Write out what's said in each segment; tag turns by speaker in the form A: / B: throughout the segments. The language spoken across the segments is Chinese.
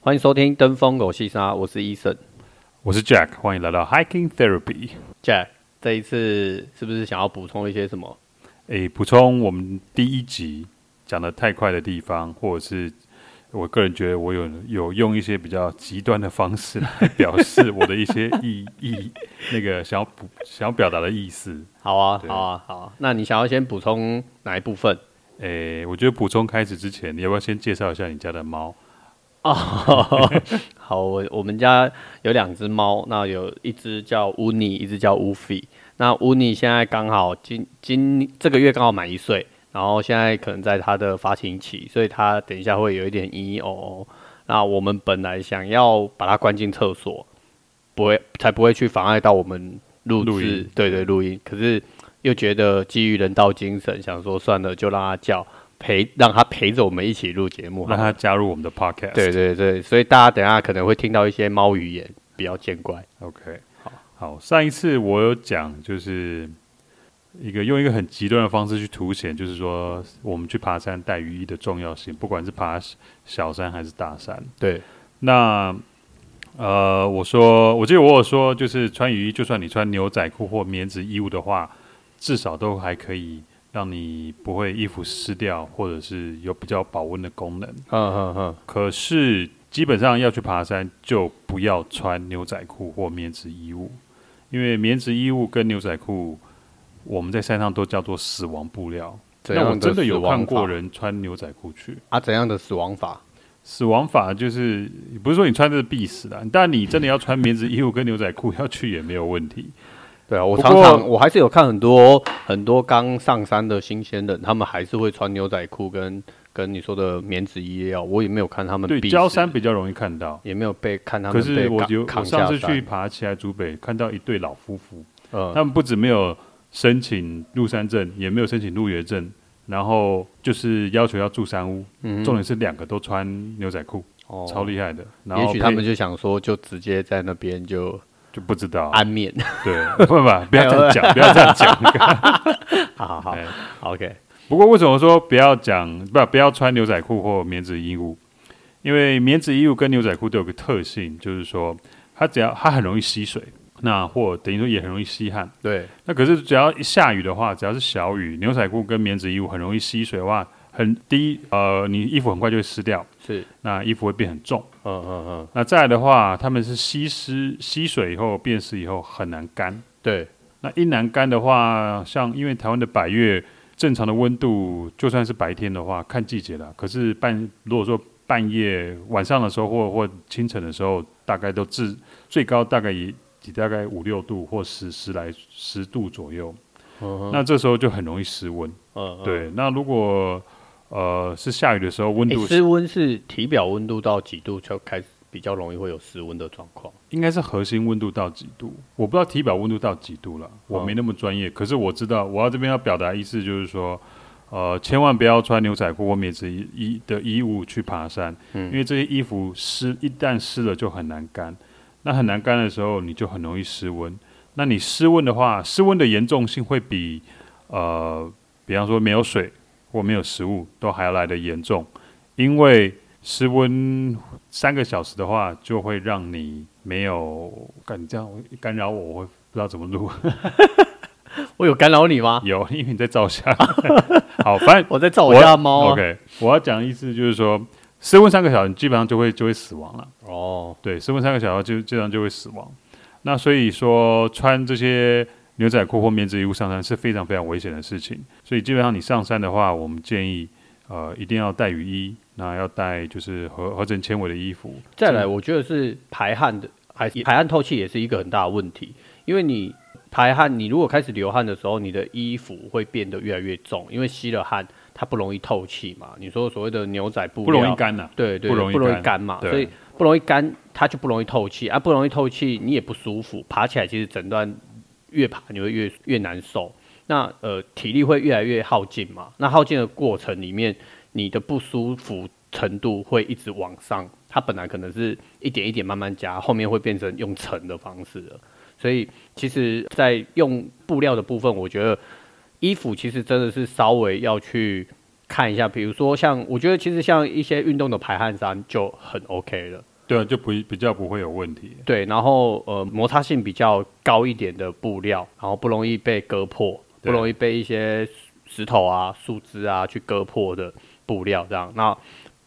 A: 欢迎收听《登峰狗细沙》，我是医生
B: 我是 Jack，欢迎来到 Hiking Therapy。
A: Jack。这一次是不是想要补充一些什么？
B: 诶，补充我们第一集讲的太快的地方，或者是我个人觉得我有有用一些比较极端的方式来表示我的一些意意，那个想要补想要表达的意思。
A: 好啊，
B: 对
A: 好啊，好啊。那你想要先补充哪一部分？
B: 诶，我觉得补充开始之前，你要不要先介绍一下你家的猫？
A: 哦， 好，我我们家有两只猫，那有一只叫乌尼，一只叫乌菲。那乌尼现在刚好今今这个月刚好满一岁，然后现在可能在它的发情期，所以它等一下会有一点嘤嘤哦哦。那我们本来想要把它关进厕所，不会才不会去妨碍到我们录
B: 录
A: 制
B: 音，
A: 对对，录音。可是又觉得基于人道精神，想说算了，就让它叫陪，让它陪着我们一起录节目好了，
B: 让它加入我们的 Podcast。
A: 对对对，所以大家等一下可能会听到一些猫语言，比较见怪。
B: OK，好，好，上一次我有讲，就是一个用一个很极端的方式去凸显，就是说我们去爬山带雨衣的重要性，不管是爬小山还是大山。
A: 对
B: 那呃，我说，我记得我有说，就是穿雨衣，就算你穿牛仔裤或棉质衣物的话，至少都还可以让你不会衣服湿掉，或者是有比较保温的功能。
A: 嗯嗯嗯，
B: 可是基本上要去爬山，就不要穿牛仔裤或棉质衣物，因为棉质衣物跟牛仔裤，我们在山上都叫做死亡布料。
A: 怎
B: 那
A: 样
B: 我真的有
A: 死亡
B: 看过
A: 法
B: 人穿牛仔裤去，
A: 啊？怎样的死亡法？
B: 死亡法就是不是说你穿着必死的，但你真的要穿棉质衣物跟牛仔裤要去也没有问题。
A: 对啊，我
B: 不
A: 常
B: 过
A: 常我还是有看很多很多刚上山的新鲜人，他们还是会穿牛仔裤跟跟你说的棉质衣料，我也没有看他们
B: 对，
A: 必死
B: 焦山比较容易看到。
A: 也没有被看他
B: 可
A: 们
B: 是
A: 被
B: 我
A: 扛
B: 有我
A: 扛
B: 上
A: 下
B: 次去
A: 山。
B: 爬起来竹北，看到一对老夫妇，
A: 嗯，
B: 他们不止没有申请入山证，也没有申请入园证，然后就是要求要住山屋。重点是两个都穿牛仔裤，
A: 嗯哦
B: 超厉害的。然后
A: 也许他们
B: 配
A: 就想说，就直接在那边就啊
B: 就不知道，啊
A: 安 眠。
B: 对，不不不，不要这样讲，不要这样讲。
A: 好好好
B: 哎
A: ，OK，
B: 不过为什么说不要讲不不要穿牛仔裤或棉质衣物？因为棉质衣物跟牛仔裤都有个特性，就是说它只要它很容易吸水，那或等于说也很容易吸汗。
A: 对，
B: 那可是只要一下雨的话，只要是小雨，牛仔裤跟棉质衣物很容易吸水的话，很低呃，你衣服很快就会湿掉，
A: 是，
B: 那衣服会变很重。
A: 嗯嗯嗯，
B: 那再来的话，他们是吸湿吸水以后变湿以后很难干。
A: 对，
B: 那一难干的话，像因为台湾的百越正常的温度，就算是白天的话，看季节啦。可是半如果说半夜晚上的时候或或清晨的时候，大概都至最高大概也也大概五六度或十十来十度左右。
A: 嗯
B: 那这时候就很容易失温。
A: 嗯，
B: 对，那如果呃是下雨的时候，温
A: 欸
B: 度
A: 室温是体表温度到几度就开始比较容易会有室温的状况？
B: 应该是核心温度到几度，我不知道体表温度到几度了，我没那么专业。可是我知道，我要这边要表达意思就是说，呃，千万不要穿牛仔裤或棉质衣衣的衣物去爬山，因为这些衣服湿一旦湿了就很难干。那很难干的时候，你就很容易失温。那你失温的话，失温的严重性会比呃，比方说没有水或没有食物都还要来的严重，因为失温三个小时的话，就会让你没有干你这样干扰我，我会不知道怎 么录。
A: 我有干扰你吗？
B: 有，因为你在 照相。好，反正
A: 我在照我家的猫啊。
B: OK，我要讲的意思就是说，室温三个小时，你基本上就
A: 嗯
B: 会就会死亡了。
A: 哦，
B: 对，室温三个小时就基本上就会死亡。那所以说，穿这些牛仔裤或棉质衣物上山是非常非常危险的事情。所以基本上你上山的话，我们建议呃一定要带雨衣，那要带就是合合成纤维的衣服。
A: 再
B: 嗯
A: 来，我觉得是排汗的，还排汗透气也是一个很大的问题，因为你排汗，你如果开始流汗的时候，你的衣服会变得越来越重，因为吸了汗，它不容易透气嘛。你说所谓的牛仔布
B: 不容易
A: 料
B: 干呐、
A: 对对，
B: 不容易干
A: 干嘛，
B: 对
A: 所以不容易干，它就不容易透气啊，不容易透气，你也不舒服，爬起来其实整段越爬你会越越难受，那呃体力会越来越耗尽嘛，那耗尽的过程里面，你的不舒服程度会一直往上，它本来可能是一点一点慢慢加，后面会变成用乘的方式了，所以其实，在用布料的部分，我觉得衣服其实真的是稍微要去看一下，比如说像我觉得其实像一些运动的排汗衫就很 OK 了，
B: 对啊，就不比较不会有问题。
A: 对，然后呃摩擦性比较高一点的布料，然后不容易被割破，不
B: 对
A: 容易被一些石头啊、树枝啊去割破的布料这样。那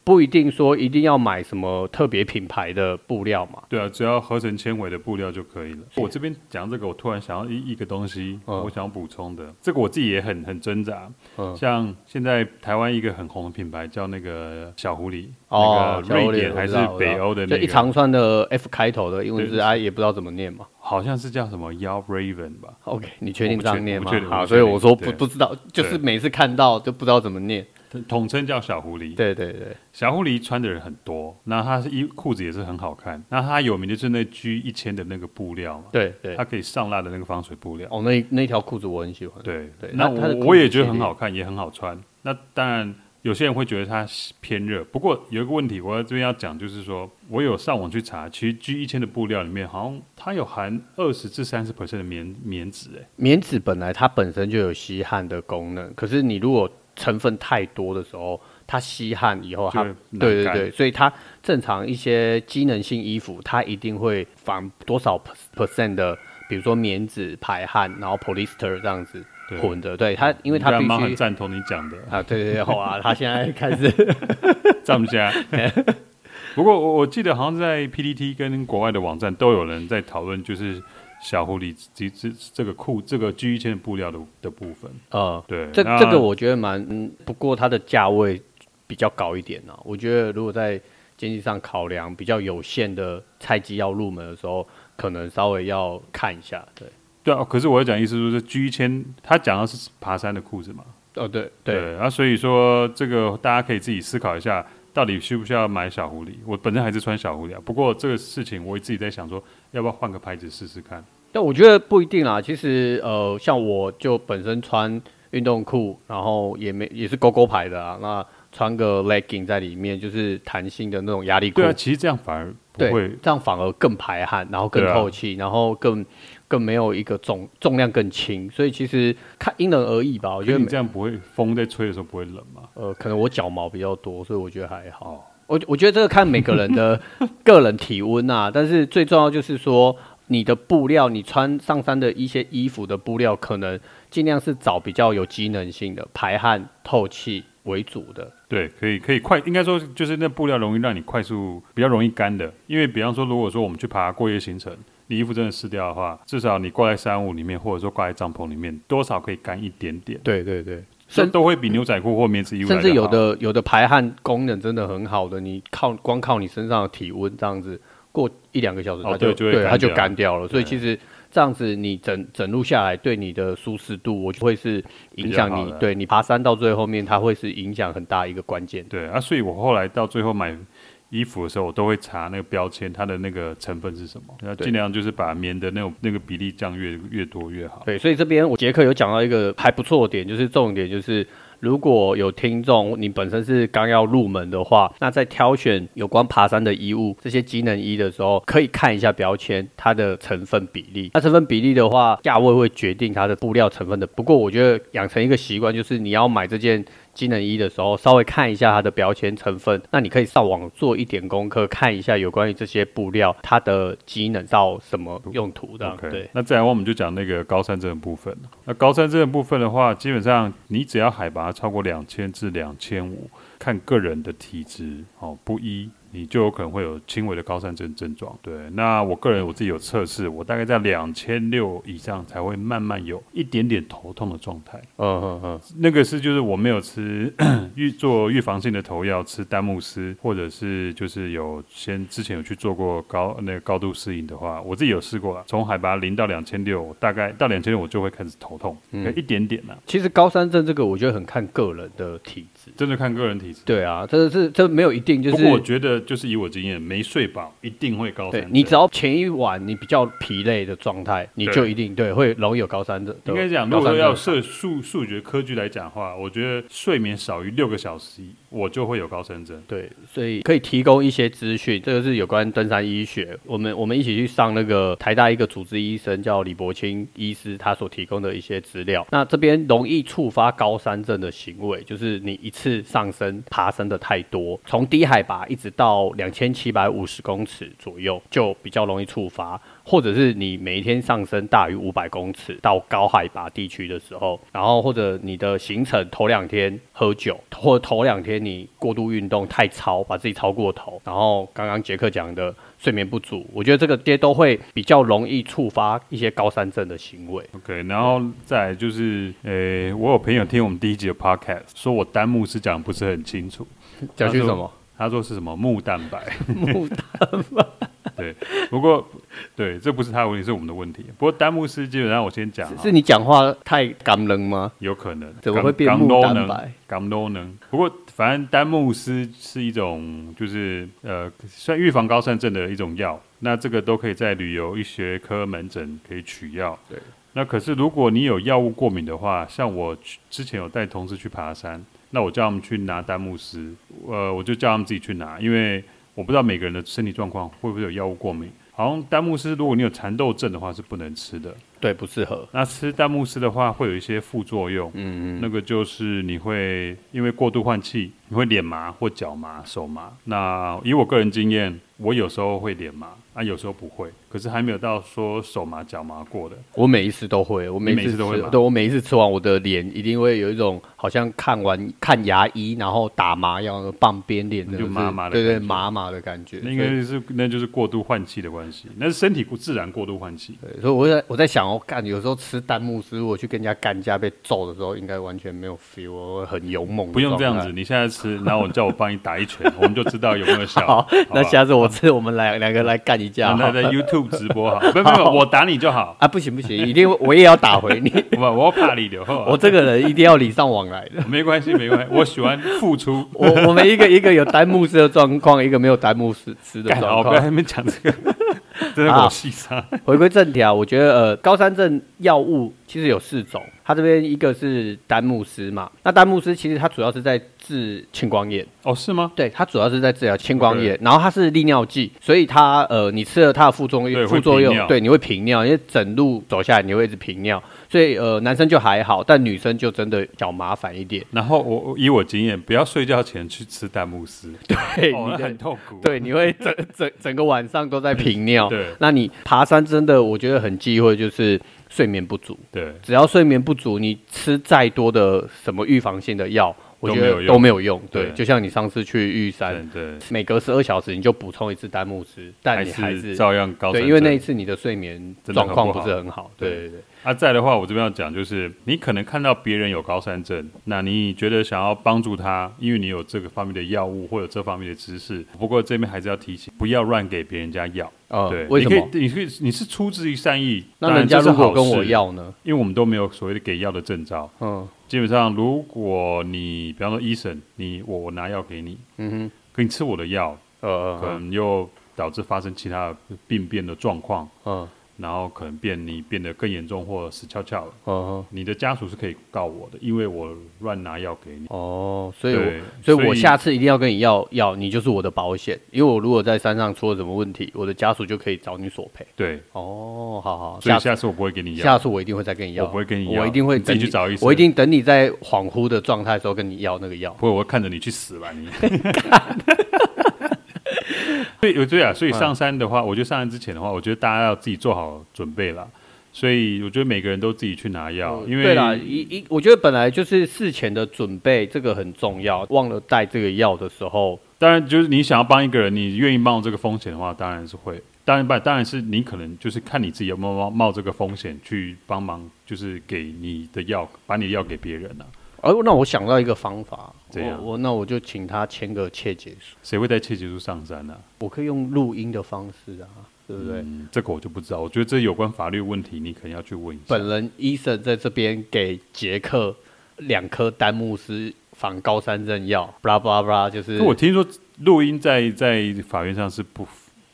A: 不一定说一定要买什么特别品牌的布料嘛，
B: 对啊，只要合成纤维的布料就可以了。我这边讲这个，我突然想要一一个东西，
A: 嗯
B: 我想补充的，这个我自己也很很挣扎。
A: 嗯
B: 像现在台湾一个很红的品牌叫那个小狐狸，
A: 哦，
B: 那个
A: 小
B: 瑞
A: 脸
B: 典还是北欧的那
A: 就
B: 个，
A: 一长串的 F 开头的英文字，
B: 对
A: 啊，也不知道怎么念嘛。
B: 好像是叫什么 Yelp Raven 吧？
A: OK，你确定
B: 我不
A: 这
B: 确
A: 样念吗
B: 我不确？定
A: 好，
B: 我不
A: 所以我说
B: 确
A: 不
B: 定
A: 不知道，就是
B: 对
A: 每次看到就不知道怎么念。
B: 统称叫小狐狸。
A: 对对对，
B: 小狐狸穿的人很多，那它是衣裤子也是很好看。那它有名的就是那 G 一千的那个布料嘛，
A: 对对
B: 它。可以上蜡的那个防水布料。
A: 啊哦，那那条裤子我很喜欢。
B: 对
A: 对
B: 那
A: 它它的
B: 我
A: 裤
B: 我也
A: 子
B: 觉得
A: 系
B: 很
A: 列
B: 好看，也很好穿。那当然，有些人会觉得它偏热，不过有一个问题，我要这边要讲，就是说我有上网去查，其实 G 一千的布料里面好像它有含二十至三十 percent 的棉棉质，哎，
A: 棉纸本来它本身就有吸汗的功能，可是你如果成分太多的时候，它吸汗以后，它
B: 就会难
A: 对对
B: 干
A: 对，所以它正常一些机能性衣服，它一定会防多少 per- percent 的，比如说棉纸排汗，然后 polyester 这样子
B: 对
A: 混的，对它，因为
B: 我
A: 它
B: 觉
A: 必
B: 得蛮
A: 须
B: 很赞同你讲的，
A: 啊，对对对，好啊，他现在开始
B: 站不下。不过我我记得好像在 PPT 跟国外的网站都有人在讨论，就是小狐狸这这这个裤这个 G 一千的布料的的部分。
A: 呃，
B: 对，
A: 这
B: 那
A: 这个我觉得蛮，嗯不过它的价位比较高一点呢、啊我觉得如果在经济上考量比较有限的菜鸡要入门的时候，可能稍微要看一下。对，
B: 对啊，可是我要讲意思就是 G 一千，他讲的是爬山的裤子嘛，
A: 哦对对，
B: 啊，所以说这个大家可以自己思考一下，到底需不需要买小狐狸？我本身还是穿小狐狸啊，不过这个事情我自己在想说，要不要换个牌子试试看？
A: 但我觉得不一定啦。其实呃，像我就本身穿运动裤，然后也没也是勾勾牌的啊，那穿个 legging 在里面，就是弹性的那种压力裤。
B: 对啊，其实这样反而不
A: 对
B: 会，，
A: 这样反而更排汗，然后更
B: 对啊
A: 透气，然后更更没有一个重重量更轻，所以其实看因人而异吧。我
B: 我
A: 觉得
B: 你
A: 每
B: 这样不会风在吹的时候不会冷嘛？
A: 呃，可能我脚毛比较多，所以我觉得还好。
B: 哦
A: 我我觉得这个看每个人的 个人体温啊，但是最重要就是说，你的布料，你穿上山的一些衣服的布料，可能尽量是找比较有机能性的、排汗透气为主的。
B: 对，可以可以快，应该说就是那布料容易让你快速比较容易干的，因为比方说，如果说我们去爬过夜行程，你衣服真的湿掉的话，至少你挂在山屋里面，或者说挂在帐篷里面，多少可以干一点点，
A: 对对对，
B: 这
A: 甚
B: 都会比牛仔裤或棉质衣服来
A: 甚
B: 得
A: 至有
B: 好
A: 的有的排汗功能真的很好的，你靠光靠你身上的体温这样子，过一两个小时
B: 哦
A: 它就、
B: 对就会干
A: 它就
B: 掉
A: 干掉了。所以其实这样子你整整路下来，对你的舒适度，我就会是影响
B: 比较好
A: 你
B: 的
A: 对你爬山到最后面，它会是影响很大一个关键。
B: 对啊，所以我后来到最后买衣服的时候，我都会查那个标签，它的那个成分是什么，然后
A: 对
B: 尽量就是把棉的那种那个比例降越越多越好。
A: 对，所以这边我杰克有讲到一个还不错的点，就是重点就是，如果有听众你本身是刚要入门的话，那在挑选有关爬山的衣物这些机能衣的时候，可以看一下标签它的成分比例。那成分比例的话，价位会决定它的布料成分的。不过我觉得养成一个习惯，就是你要买这件。机能衣的时候，稍微看一下它的标签成分。那你可以上网做一点功课，看一下有关于这些布料它的机能到什么用途的。对
B: OK，，那再来我们就讲那个高山症的部分了。那高山症的部分的话，基本上你只要海拔超过两千至两千五，看个人的体质哦不一，你就有可能会有轻微的高山症症状。对，那我个人我自己有测试，我大概在两千六以上才会慢慢有一点点头痛的状态。
A: 嗯嗯嗯，
B: 那个是就是我没有吃 预做预防性的头药，吃丹木斯，或者是就是有先之前有去做过高那个高度适应的话，我自己有试过了，从海拔零到两千六，大概到两千六我就会开始头痛，
A: 嗯
B: 可一点点啦、
A: 其实高山症这个，我觉得很看个人的体质。
B: 真的看个人体质。
A: 对啊，这个是这没有一定，就
B: 不过我
A: 是
B: 觉得就是以我经验，没睡饱一定会高山
A: 对
B: 症。
A: 你只要前一晚你比较疲累的状态，你就一定对会容易有高山症。
B: 应该讲，
A: 高
B: 如果
A: 山症
B: 说要设数数学科技来讲的话，我觉得睡眠少于六个小时我就会有高山症。
A: 对，所以可以提供一些资讯，这个是有关登山医学。我们我们一起去上那个台大一个主治医生叫李伯清医师，他所提供的一些资料。那这边容易触发高山症的行为，就是你一次上升爬升的太多，从低海拔一直到两千七百五十公尺左右，就比较容易触发。或者是你每一天上升大于五百公尺到高海拔地区的时候，然后或者你的行程头两天喝酒，或者头两天你过度运动太超，把自己超过头，然后刚刚杰克讲的睡眠不足，我觉得这个些都会比较容易触发一些高山症的行为。
B: OK，然后再来就是，诶、我有朋友听我们第一集的 Podcast，说我单目是讲得不是很清楚，
A: 讲去
B: 他
A: 什
B: 说
A: 么？？
B: 他说是什么木蛋白？
A: 木
B: 蛋白。对，不过对，这不是他的问题，是我们的问题。不过丹木斯基本上我先讲啊，
A: 是你讲话太感人吗？
B: 有可能
A: 怎么会变木蛋白？
B: 港都能，不过反正丹木斯是一种，就是呃，算预防高山症的一种药。那这个都可以在旅游医学科门诊可以取药。
A: 对。
B: 那可是如果你有药物过敏的话，像我去之前有带同事去爬山，那我叫他们去拿丹木斯，呃，我就叫他们自己去拿，因为我不知道每个人的身体状况会不会有药物过敏。好像丹木斯，如果你有蚕豆症的话是不能吃的。
A: 对，不适合。
B: 那吃丹木斯的话，会有一些副作用。嗯嗯，那个就是你会因为过度换气，你会脸麻或脚麻、手麻。那以我个人经验，我有时候会脸麻，啊，有时候不会，可是还没有到说手麻、脚麻过的。
A: 我每一次都会，我每一
B: 你每一
A: 次
B: 次都会
A: 吃
B: 吗
A: 对我每一次吃完，我的脸一定会有一种好像看完看牙医，然后打麻药半边脸的，
B: 就麻麻的
A: 对对
B: 感觉
A: 麻麻的感觉。
B: 那应
A: 所
B: 该
A: 以
B: 是那就是过度换气的关系，那是身体过自然过度换气。
A: 对所以我在我在想哦，干有时候吃弹幕师，如果去跟人家干架被揍的时候，应该完全没有 feel，我会很勇猛。
B: 不用这样
A: 啊
B: 子，。你现在吃，然后我叫我帮你打一拳，我们就知道有没有效。
A: 好，那
B: 吧
A: 下次我吃，我们来两个来干一架
B: 啊那。
A: 好
B: 那在 YouTube 直 播好，不不不，我打你就好，
A: 啊，不行不行，一定我也要打回你。
B: 我我怕你留后啊。
A: 我这个人一定要礼尚往来的。
B: 没关系，没关系，我喜欢付 出。
A: 我我们一个一个有弹幕师的状况，一个没有弹幕师师的
B: 干
A: 状
B: 好，
A: 况
B: 不要。在那边讲 这个，真的
A: 好
B: 我细沙。
A: 回归正题啊，我觉得呃，高山症药物其实有四种，它这边一个是丹木斯嘛，那丹木斯其实它主要是在治青光眼，
B: 哦，是吗？
A: 对，它主要是在治疗青光眼，然后它是利尿剂，所以它呃，你吃了它的副作
B: 对
A: 用，
B: 会
A: 副作
B: 频
A: 用
B: 尿
A: 对你会频尿，因为整路走下来你会一直频尿，所以呃，男生就还好，但女生就真的较麻烦一点，
B: 然后我我以我经验，不要睡觉前去吃弹幕丝，
A: 对，
B: 哦，
A: 你
B: 那
A: 的
B: 很痛苦。
A: 对，你会整整 整个晚上都在频尿。
B: 对
A: 那你爬山真的，我觉得很忌讳就是睡眠不足。
B: 对，
A: 只要睡眠不足，你吃再多的什么预防性的药，我觉
B: 都没有
A: 得
B: 用
A: 都没有用。对，
B: 对
A: 就像你上次去玉
B: 对
A: 山，
B: 对，
A: 每隔十二小时你就补充一次丹木斯，但你还
B: 是照样高山
A: 对，
B: 症。
A: 因为那一次你的睡眠
B: 真的
A: 状
B: 很
A: 况
B: 不
A: 不
B: 好
A: 是很好。对
B: 对
A: 对对。
B: 啊，在的话，我这边要讲就是，你可能看到别人有高山症，那你觉得想要帮助他，因为你有这个方面的药物或者这方面的知识。不过这边还是要提醒，不要乱给别人家药。
A: 呃
B: 对，
A: 为什
B: 你可以
A: 么？
B: 你可以你是出自于善意，
A: 那
B: 当然
A: 人家
B: 这是
A: 如果
B: 好
A: 跟我
B: 事，
A: 要呢？
B: 因为我们都没有所谓的给药的证照。
A: 嗯，
B: 基本上，如果你比方说医生，你我我拿药给你，嗯哼，可你吃我的药，可
A: 呃，
B: 能又导致发生其他的病变的状况，
A: 嗯
B: 然后可能变你变得更严重或死翘翘了。
A: 嗯，
B: 你的家属是可以告我的，因为我乱拿药给你。
A: 哦，所以我
B: 对
A: 所
B: 所
A: 以我
B: 以
A: 下次一定要跟你要要，你就是我的保险，因为我如果在山上出了什么问题，我的家属就可以找你索赔。
B: 对，
A: 哦，好好，
B: 所
A: 下
B: 以
A: 次
B: 下次我不会给你药。
A: 下次我一定会再跟你要，
B: 我不会跟你要
A: 我一定会
B: 你自己
A: 等
B: 去找医生
A: 我一定等你在恍惚的状态的时候跟你要那个药。
B: 不会，我会看着你去死吧你。所以，对啊，所以上山的话，我觉得上山之前的话，我觉得大家要自己做好准备啦。所以，我觉得每个人都自己去拿药，哦因为
A: 嗯对啦，一一，我觉得本来就是事前的准备，这个很重要。忘了带这个药的时候，
B: 当然，就是你想要帮一个人，你愿意冒这个风险的话，当然是会。当然吧，当然是你可能就是看你自己有没有冒冒这个风险去帮忙，就是给你的药，把你的药给别人啊了、
A: 哦，那我想到一个方法，
B: 怎样
A: 我我那我就请他签个切结书，
B: 谁会带切结书上山呢、
A: 我可以用录音的方式啊，对不对？
B: 嗯，这个我就不知道。我觉得这有关法律问题，你可能要去问一下。
A: 本人医生在这边给杰克两颗丹木斯防高山症药，布拉布拉布拉，就是
B: 可我听说录音在在法院上是不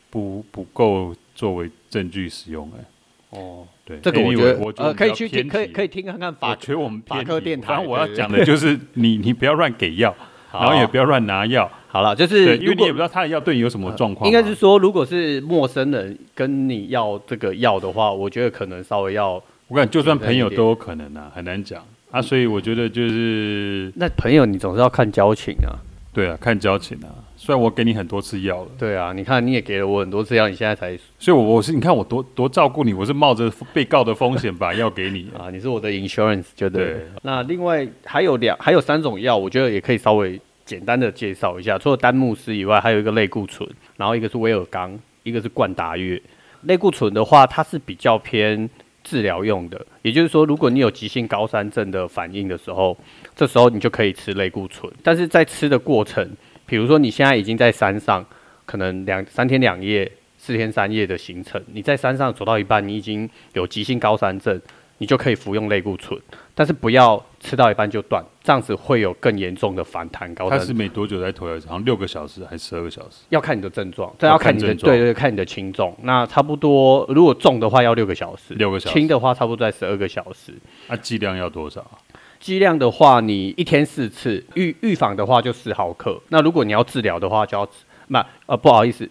B: 不不够作为证据使用、哎，
A: 哦，
B: 对，
A: 这个我
B: anyway，
A: 觉得
B: 我觉得
A: 呃可以
B: 我
A: 去
B: 们比
A: 听，
B: 较
A: 可以
B: 偏题
A: 可以听看看
B: 我
A: 法
B: 觉得我们
A: 法
B: 偏
A: 科
B: 题
A: 电台
B: 反正我要
A: 对对
B: 讲的就是你你不要乱给药。
A: 好
B: 然后也不要乱拿药，
A: 好了，就是
B: 对，因为
A: 如
B: 你
A: 果呃
B: 也不知道他的药对你有什么状况嘛。啊
A: 应该是说，如果是陌生人跟你要这个药的话，我觉得可能稍微要
B: 我感觉就算朋友都有可能啊，很难讲啊。所以我觉得就是
A: 那朋友你总是要看交情啊。
B: 对啊，看交情啊。虽然我给你很多次药了，
A: 对啊，你看你也给了我很多次药，你现在才。
B: 所以我我是你看我多多照顾你，我是冒着被告的风险把药给你
A: 啊，你是我的 insurance 就对了。
B: 对
A: 那另外还有两还有三种药，我觉得也可以稍微简单的介绍一下。除了丹木斯以外，还有一个类固醇，然后一个是威尔刚，一个是冠达月。类固醇的话，它是比较偏治疗用的，也就是说，如果你有急性高山症的反应的时候，这时候你就可以吃类固醇。但是在吃的过程，比如说你现在已经在山上，可能两三天两夜、四天三夜的行程，你在山上走到一半，你已经有急性高山症，你就可以服用类固醇，但是不要吃到一半就断，这样子会有更严重的反弹高
B: 他
A: 山
B: 是每多久才投药一次？好像六个小时还是十二个小时？
A: 要看你的症状，这要
B: 要
A: 看
B: 看
A: 你的
B: 症状
A: 对对，看你的轻重。那差不多，如果重的话要六个小时，
B: 六个小时
A: 轻的话差不多在十二个小时。
B: 啊，剂量要多少？啊
A: 剂量的话，你一天四次；预预防的话就四毫克。那如果你要治疗的话，就要吃那呃不好意思，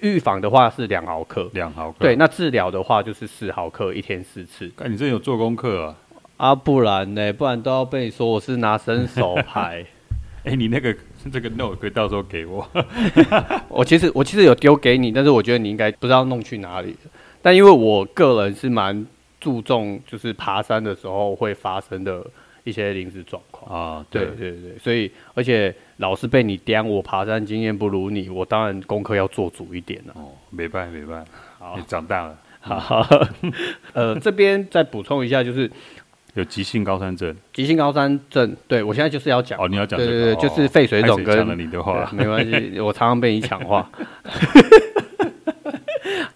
A: 预防的话是两毫克，
B: 两毫克。啊
A: 对，，那治疗的话就是四毫克，一天四次。
B: 看你这有做功课啊？
A: 啊，不然呢？不然都要被说我是拿伸手 牌。
B: 哎，你那个这个 note 可以到时候给 我。
A: 我其实我其实有丢给你，但是我觉得你应该不知道弄去哪里。但因为我个人是蛮注重就是爬山的时候会发生的一些临时状况。
B: 啊，
A: 对
B: 对，
A: 对对，所以而且老是被你刁，我爬山经验不如你，我当然功课要做足一点了、
B: 哦，没办没办，好，你长大了，
A: 好， 呃，这边再补充一下，就是
B: 有急性高山症
A: 急性高山症，对我现在就是要讲
B: 哦，你要讲
A: 对
B: 这个
A: 对对，
B: 哦
A: 就是肺水肿
B: 拍
A: 跟
B: 谁抢了你的话
A: 对，没关 系，我常常被你抢话。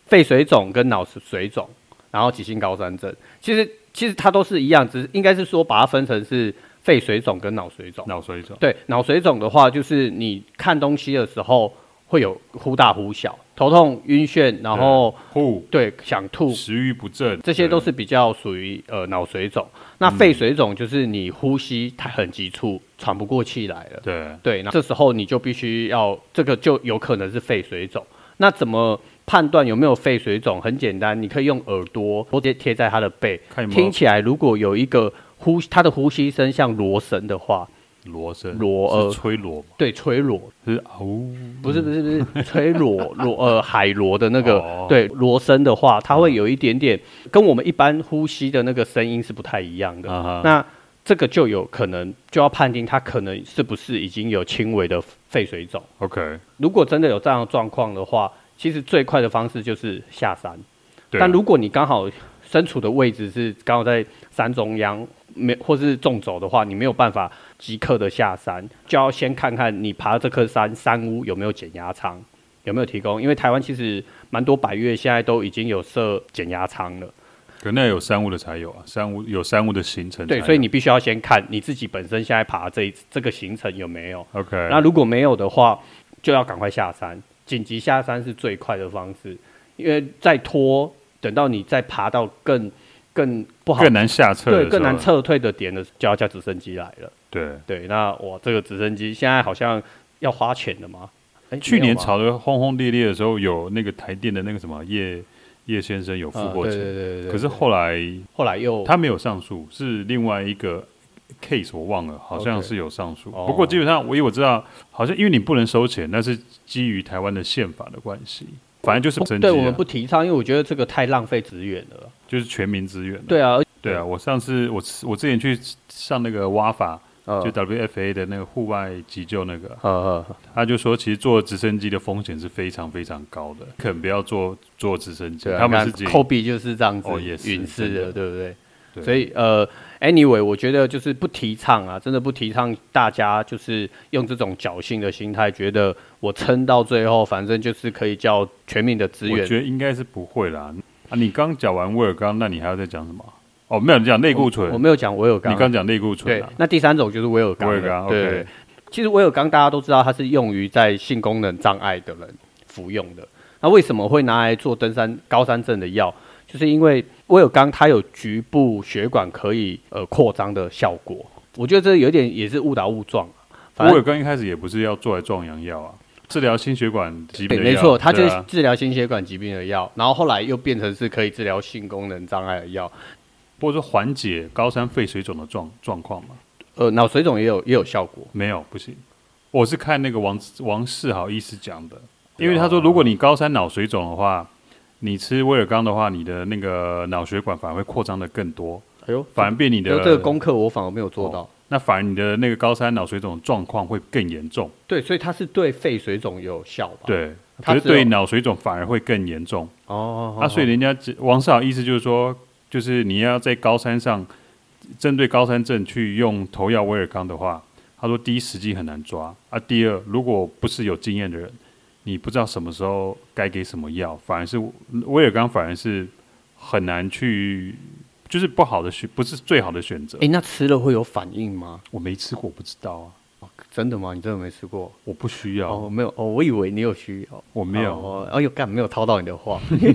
A: 肺水肿跟脑水肿，然后急性高山症，其实其实它都是一样，只是应该是说把它分成是肺水肿跟脑水肿。
B: 脑水肿，
A: 对，脑水肿的话，就是你看东西的时候会有忽大忽小，头痛、晕眩，然后
B: 呼
A: 对想吐，
B: 食欲不振，
A: 这些
B: 对
A: 都是比较属于呃脑水肿。那
B: 嗯
A: 肺水肿就是你呼吸它很急促，喘不过气来了。
B: 对。
A: 对，那这时候你就必须要这个就有可能是肺水肿。那怎么判断有没有肺水肿？很简单，你可以用耳朵直接贴在他的背
B: 看有，没有
A: 听起来如果有一个呼他的呼吸声像锣声的话，
B: 锣声，
A: 锣呃哦
B: 是吹锣吗？
A: 对，吹锣，
B: 是啊呜，
A: 不是不是不是吹螺螺呃海螺的那个、
B: 哦
A: 对螺声的话，它会有一点点跟我们一般呼吸的那个声音是不太一样的。
B: 啊哈
A: 那这个就有可能就要判定它可能是不是已经有轻微的肺水肿。
B: OK，
A: 如果真的有这样的状况的话，其实最快的方式就是下山。
B: 对啊。
A: 但如果你刚好身处的位置是刚好在山中央，没或是纵走的话，你没有办法即刻的下山，就要先看看你爬这颗山山屋有没有减压舱，有没有提供。因为台湾其实蛮多百越现在都已经有设减压舱了，
B: 可那有山屋的才有啊，山屋有山屋的行程才
A: 对，
B: 有，
A: 所以你必须要先看你自己本身现在爬这一这个行程有没有。
B: OK，
A: 那如果没有的话，就要赶快下山，紧急下山是最快的方式，因为再拖，等到你再爬到更更不好
B: 更难下撤的
A: 对
B: 时候，
A: 更难撤退的点的时候，就要叫直升机来了。
B: 对，
A: 对，那我这个直升机现在好像要花钱了吗？诶
B: 去
A: 没有
B: 年
A: 吗
B: 炒得轰轰烈烈的时候，有那个台电的那个什么叶叶先生有付
A: 啊
B: 过
A: 对
B: 钱，
A: 对对对对，
B: 可是后来
A: 后来又
B: 他没有上诉，是另外一个 case 我忘了，好像
A: OK
B: 是有上诉。
A: 哦
B: 不过基本上我因为我知道，好像因为你不能收钱，那是基于台湾的宪法的关系，反正就是升级、
A: 哦对
B: 啊，嗯
A: 我们不提倡，因为我觉得这个太浪费资源了。
B: 就是全民资源、啊。
A: 对啊，
B: 对啊，我上次我我之前去上那个挖法，
A: 呃
B: 就 WFA 的那个户外急救那个，
A: 呃呃
B: 他就说，其实坐直升机的风险是非常非常高的，可能不要坐坐直升机
A: 对，啊，
B: 他们是
A: 你
B: 自
A: 看
B: 己
A: Kobe 就是这样子
B: 哦也是
A: 陨逝
B: 真
A: 的，
B: 的
A: 对不对？
B: 对
A: 所以呃，anyway，我觉得就是不提倡啊，真的不提倡大家就是用这种侥幸的心态，觉得我撑到最后，反正就是可以叫全民的资
B: 我
A: 源。
B: 觉得应该是不会啦。啊，你刚讲完威尔刚，那你还要再讲什么？哦，没有，你讲类固醇
A: 我，没有讲维尔
B: 你
A: 刚，
B: 刚讲类固醇
A: 对
B: 啊，，
A: 那第三种就是维尔刚了，
B: 威尔刚
A: 对
B: OK
A: 对其实威尔刚大家都知道，它是用于在性功能障碍的人服用的。那为什么会拿来做登山高山症的药？就是因为威尔刚它有局部血管可以呃扩张的效果。我觉得这有点也是误打误撞。反
B: 我
A: 正
B: 尔刚一开始也不是要做来壮阳药啊，治疗心血管疾病
A: 对，
B: 的
A: 没
B: 药
A: 错，它就
B: 对
A: 是
B: 啊
A: 治疗心血管疾病的药，然后后来又变成是可以治疗性功能障碍的药。
B: 或者说缓解高山肺水肿的状状况嘛。
A: 呃，脑水肿也有也有效果，
B: 没有，不行。我是看那个王王世豪医师讲的，因为他
A: 啊
B: 说，如果你高山脑水肿的话，你吃威尔刚的话，你的那个脑血管反而会扩张的更多，
A: 哎呦，
B: 反而变你
A: 这个
B: 的
A: 这个功课我反而没有做到。
B: 那反而你的那个高山脑水肿状况会更严重。
A: 对，所以它是对肺水肿有效吧？，
B: 对，
A: 它
B: 可是
A: 只有
B: 对脑水肿反而会更严重。
A: 哦，
B: 啊，所以人家只王世豪意思就是说，就是你要在高山上针对高山症去用投药威尔刚的话，他说第一时机很难抓啊，第二如果不是有经验的人，你不知道什么时候该给什么药，反而是威尔刚反而是很难去，就是不好的选，不是最好的选择
A: 哎、。那吃了会有反应吗？
B: 我没吃过，我不知道啊，
A: 真的吗？你真的没吃过？
B: 我不需要，
A: 哦，没有，哦，我以为你有需要，
B: 我没有
A: 哦，哎呦，干，没有掏到你的话，
B: 你去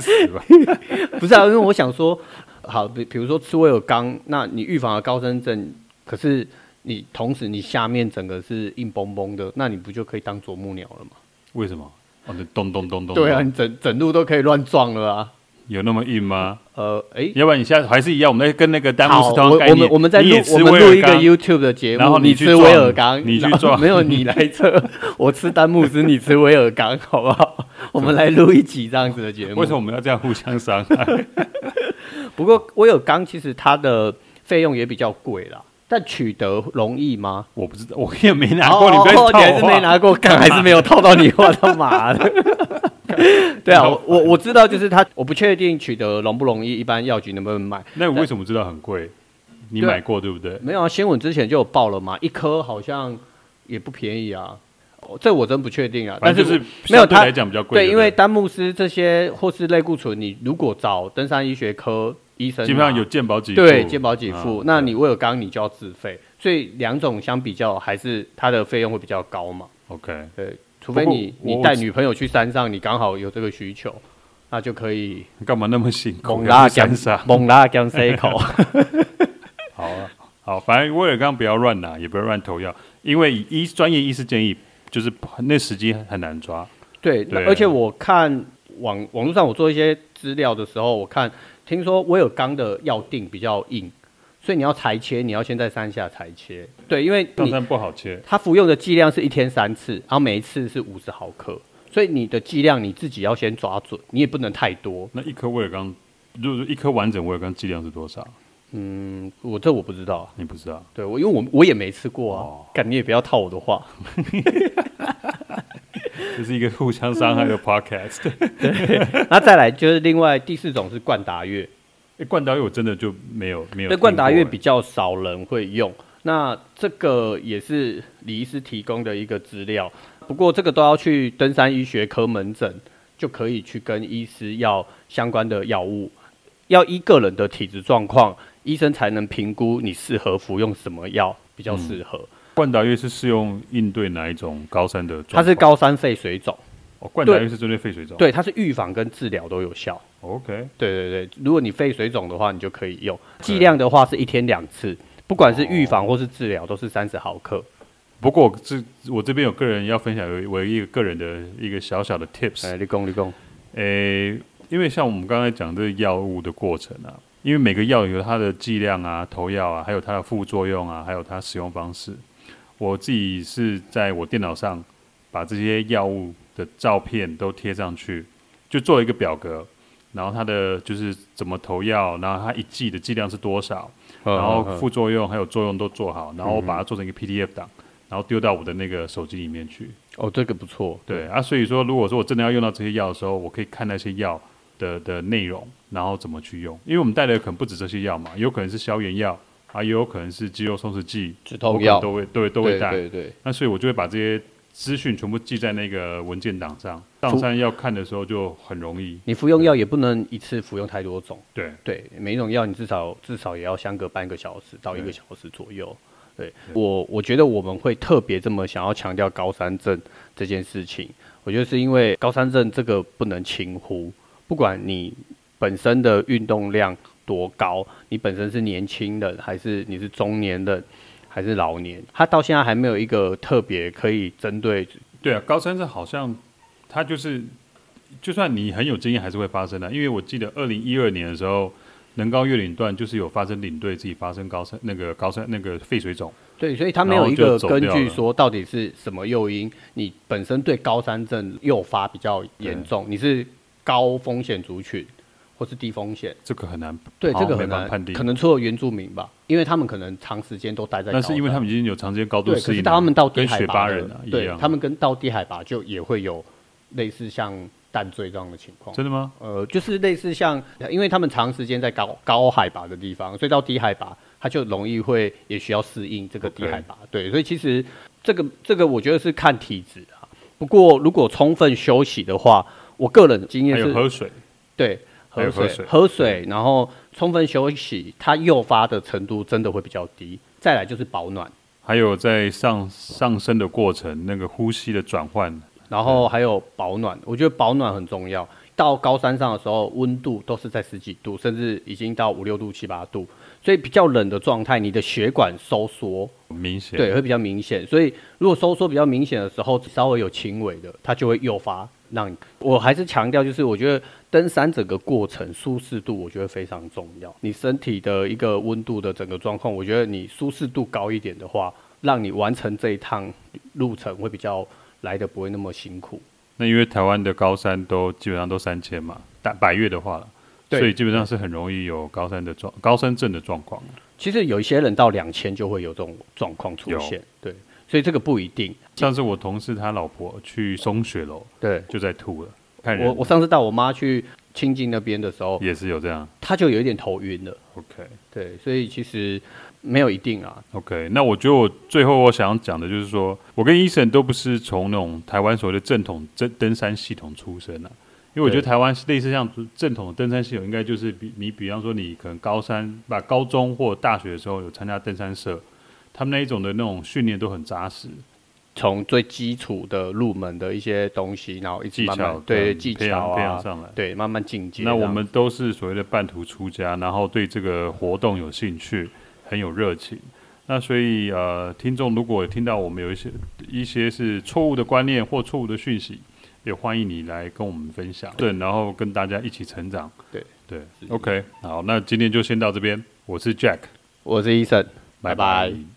B: 死吧。
A: 不是啊，因为我想说，好，比比如说吃威尔刚，那你预防了高山症，可是你同时你下面整个是硬绷绷的，那你不就可以当啄木鸟了吗？
B: 为什么？哦，那咚咚咚咚，
A: 对啊，你，整整路都可以乱撞了啊。
B: 有那么硬吗？
A: 呃，哎、
B: 要不然你下次还是一样，我们在跟那个丹
A: 好，
B: 木斯通
A: 我
B: 概
A: 我
B: 念
A: 们我们在
B: 你
A: 录
B: 也吃
A: 我们
B: 威
A: 录
B: 尔
A: 一个
B: 刚
A: YouTube 的节目，
B: 然后你
A: 你
B: 去
A: 吃
B: 撞
A: 威尔刚，
B: 你去
A: 然后
B: 撞
A: 没有你来 测，我吃丹木斯，你吃威尔刚，好不 好？我们来录一集这样子的节目。
B: 为什么我们要这样互相伤害？
A: 不过威尔刚其实它的费用也比较贵啦，但取得容易吗？
B: 我不知道，我也没拿
A: 哦
B: 过，你不要
A: 哦
B: 套
A: 你还是
B: 我
A: 没拿过，干还是没有套到你话，他妈 的！对啊，我我我知道，就是它，我不确定取得容不容易，一般药局能不能买。
B: 那我为什么知道很贵？你
A: 对啊
B: 买过对不对？
A: 没有啊，新闻之前就有报了嘛，一颗好像也不便宜啊，哦这我真不确定啊。
B: 反
A: 但
B: 正
A: 是
B: 就是
A: 没有
B: 相对
A: 它
B: 来讲比较贵，
A: 对，
B: 不
A: 因为丹木斯这些或是类固醇，你如果找登山医学科医生拿，啊
B: 基本上有健保给付，
A: 对健保给付，
B: 啊
A: 那你威尔刚你就要自费，所以两种相比较，还是它的费用会比较高嘛。
B: OK。
A: 对，除非
B: 不过
A: 你
B: 我
A: 你带女朋友去山上，你刚好有这个需求，那就可以
B: 你干嘛那么辛苦？
A: 猛拉
B: 干啥？
A: 猛拉江塞口。
B: 好啊，好，反正威尔刚不要乱拿，也不要乱投药，因为以医专业医师建议，就是那时机很难抓。
A: 对，那
B: 对
A: 而且我看网网络上我做一些资料的时候，我看听说威尔刚的药定比较硬，所以你要裁切，你要先在山下裁切。对，因为
B: 上
A: 你
B: 山不好切，
A: 它服用的剂量是一天三次，然后每一次是五十毫克，所以你的剂量你自己要先抓准，你也不能太多。
B: 那一颗威尔刚，如果说一颗完整威尔刚剂量是多少？
A: 嗯，我这我不知道啊，
B: 你不知道？
A: 对我因为我我也没吃过啊
B: 哦，
A: 干、你也不要套我的话。
B: 这是一个互相伤
A: 嗯
B: 害的 podcast。
A: 那再来就是另外第四种是冠达月，
B: 欸冠达月我真的就没有没有听过欸。
A: 对，冠达月比较少人会用。那这个也是李医师提供的一个资料，不过这个都要去登山医学科门诊就可以去跟医师要相关的药物，要依个人的体质状况，医生才能评估你适合服用什么药比较适合。
B: 冠达月是适用应对哪一种高山的状
A: 它
B: 况？
A: 是高山肺水肿，
B: 哦，冠达月是针对肺水肿。
A: 对，它是预防跟治疗都有效。
B: ，OK，
A: 对对对，如果你肺水肿的话，你就可以用。剂量的话是一天两次，不管是预防或是治疗，都是三十毫克。
B: 不过我这我这边有个人要分享，有我有一个个人的一个小小的 tips，
A: 哎，立功立功。
B: 诶、因为像我们刚才讲这个药物的过程啊，因为每个药有它的剂量啊、投药啊，还有它的副作用啊，还有它使用方式。我自己是在我电脑上把这些药物的照片都贴上去，就做一个表格，然后它的就是怎么投药，然后它一剂的剂量是多少，
A: 嗯
B: 然后副作用还有作用都做好，然后我把它做成一个 PDF 档，然后丢到我的那个手机里面去。
A: 哦，这个不错，
B: 对啊，所以说，如果说我真的要用到这些药的时候，我可以看那些药的的内容，然后怎么去用。因为我们带的可能不止这些药嘛，有可能是消炎药啊，也有可能是肌肉松弛剂、
A: 止
B: 我
A: 痛
B: 可能
A: 药
B: 都会对都会带。
A: 对对
B: 那所以我就会把这些资讯全部记在那个文件档上，上山要看的时候就很容易。
A: 你服用药也不能一次服用太多种，
B: 对，
A: 对，每一种药你至少至少也要相隔半个小时到一个小时左右。对我，我觉得我们会特别这么想要强调高山症这件事情，我觉得是因为高山症这个不能轻忽，不管你本身的运动量多高，你本身是年轻人还是你是中年人，还是老年，它到现在还没有一个特别可以针对
B: 对啊，高山症好像它就是，就算你很有经验，还是会发生的。因为我记得二零一二年的时候，能高越岭段就是有发生领队自己发生高山那个高山那个肺水肿，
A: 对，所以它没有一
B: 然
A: 个
B: 后就走
A: 根
B: 掉
A: 据
B: 了
A: 说到底是什么诱因，你本身对高山症诱发比较严重，你是高风险族群或是低风险，
B: 这个很难
A: 对
B: 好
A: 这
B: 像
A: 个
B: 哦没
A: 很
B: 办法
A: 难
B: 判定
A: 可。能除了原住民吧，因为他们可能长时间都待在高
B: 但
A: 山，
B: 是因为他们已经有长时间高度
A: 对，
B: 适
A: 可
B: 应
A: 是
B: 了，
A: 他们到低
B: 跟
A: 海
B: 雪
A: 拔
B: 巴
A: 的
B: 人啊一
A: 对
B: 样，
A: 他们跟到低海拔就也会有类似像淡醉这样的情况。
B: 真的吗？
A: 呃，就是类似像，因为他们长时间在高高海拔的地方，所以到低海拔，它就容易会也需要适应这个低
B: OK
A: 海拔。对，所以其实这个这个我觉得是看体质啊。不过如果充分休息的话，我个人经验
B: 还
A: 是
B: 有，喝水，
A: 对，
B: 还有
A: 喝
B: 喝
A: 水
B: 水嗯
A: 喝水，然后充分休息，它诱发的程度真的会比较低。再来就是保暖，
B: 还有在上上升的过程，那个呼吸的转换，
A: 然后还有保暖，我觉得保暖很重要。到高山上的时候，温度都是在十几度，甚至已经到五六度、七八度，所以比较冷的状态，你的血管收缩，
B: 很明显。
A: 对，，会比较明显。所以如果收缩比较明显的时候，稍微有轻微的，它就会诱发让你。我还是强调，就是我觉得登山整个过程舒适度，我觉得非常重要。你身体的一个温度的整个状况，我觉得你舒适度高一点的话，让你完成这一趟路程会比较来的不会那么辛苦。
B: 那因为台湾的高山都基本上都三千嘛，大百越的话了，
A: 对
B: 所以基本上是很容易有高山的状高山症的状况。
A: 其实有一些人到两千就会有这种状况出现，对，所以这个不一定。
B: 上次我同事他老婆去松雪楼
A: 对
B: 就在吐了，看人
A: 我，我上次带我妈去清境那边的时候，
B: 也是有这样。
A: 她就有一点头晕了，
B: OK
A: 对，所以其实没有一定啊，
B: OK，那我觉得我最后我想要讲的就是说，我跟医生都不是从那种台湾所谓的正统登登山系统出身啊，因为我觉得
A: 对
B: 台湾类似像正统的登山系统，应该就是比你比方说你可能高三把高中或大学的时候有参加登山社，他们那一种的那种训练都很扎实，
A: 从最基础的入门的一些东西，然后一直
B: 技
A: 慢慢
B: 巧
A: 对
B: 嗯
A: 技
B: 培养
A: 巧
B: 培养
A: 啊，
B: 上来。
A: 对，慢慢进阶这
B: 那
A: 样子。
B: 我们都是所谓的半途出家，然后对这个活动有兴趣，很有热情。那所以呃，听众如果听到我们有一些一些是错误的观念或错误的讯息，也欢迎你来跟我们分享，对，然后跟大家一起成长。
A: 对
B: 对，OK，好，那今天就先到这边。我是 Jack，
A: 我是医生，拜拜
B: 拜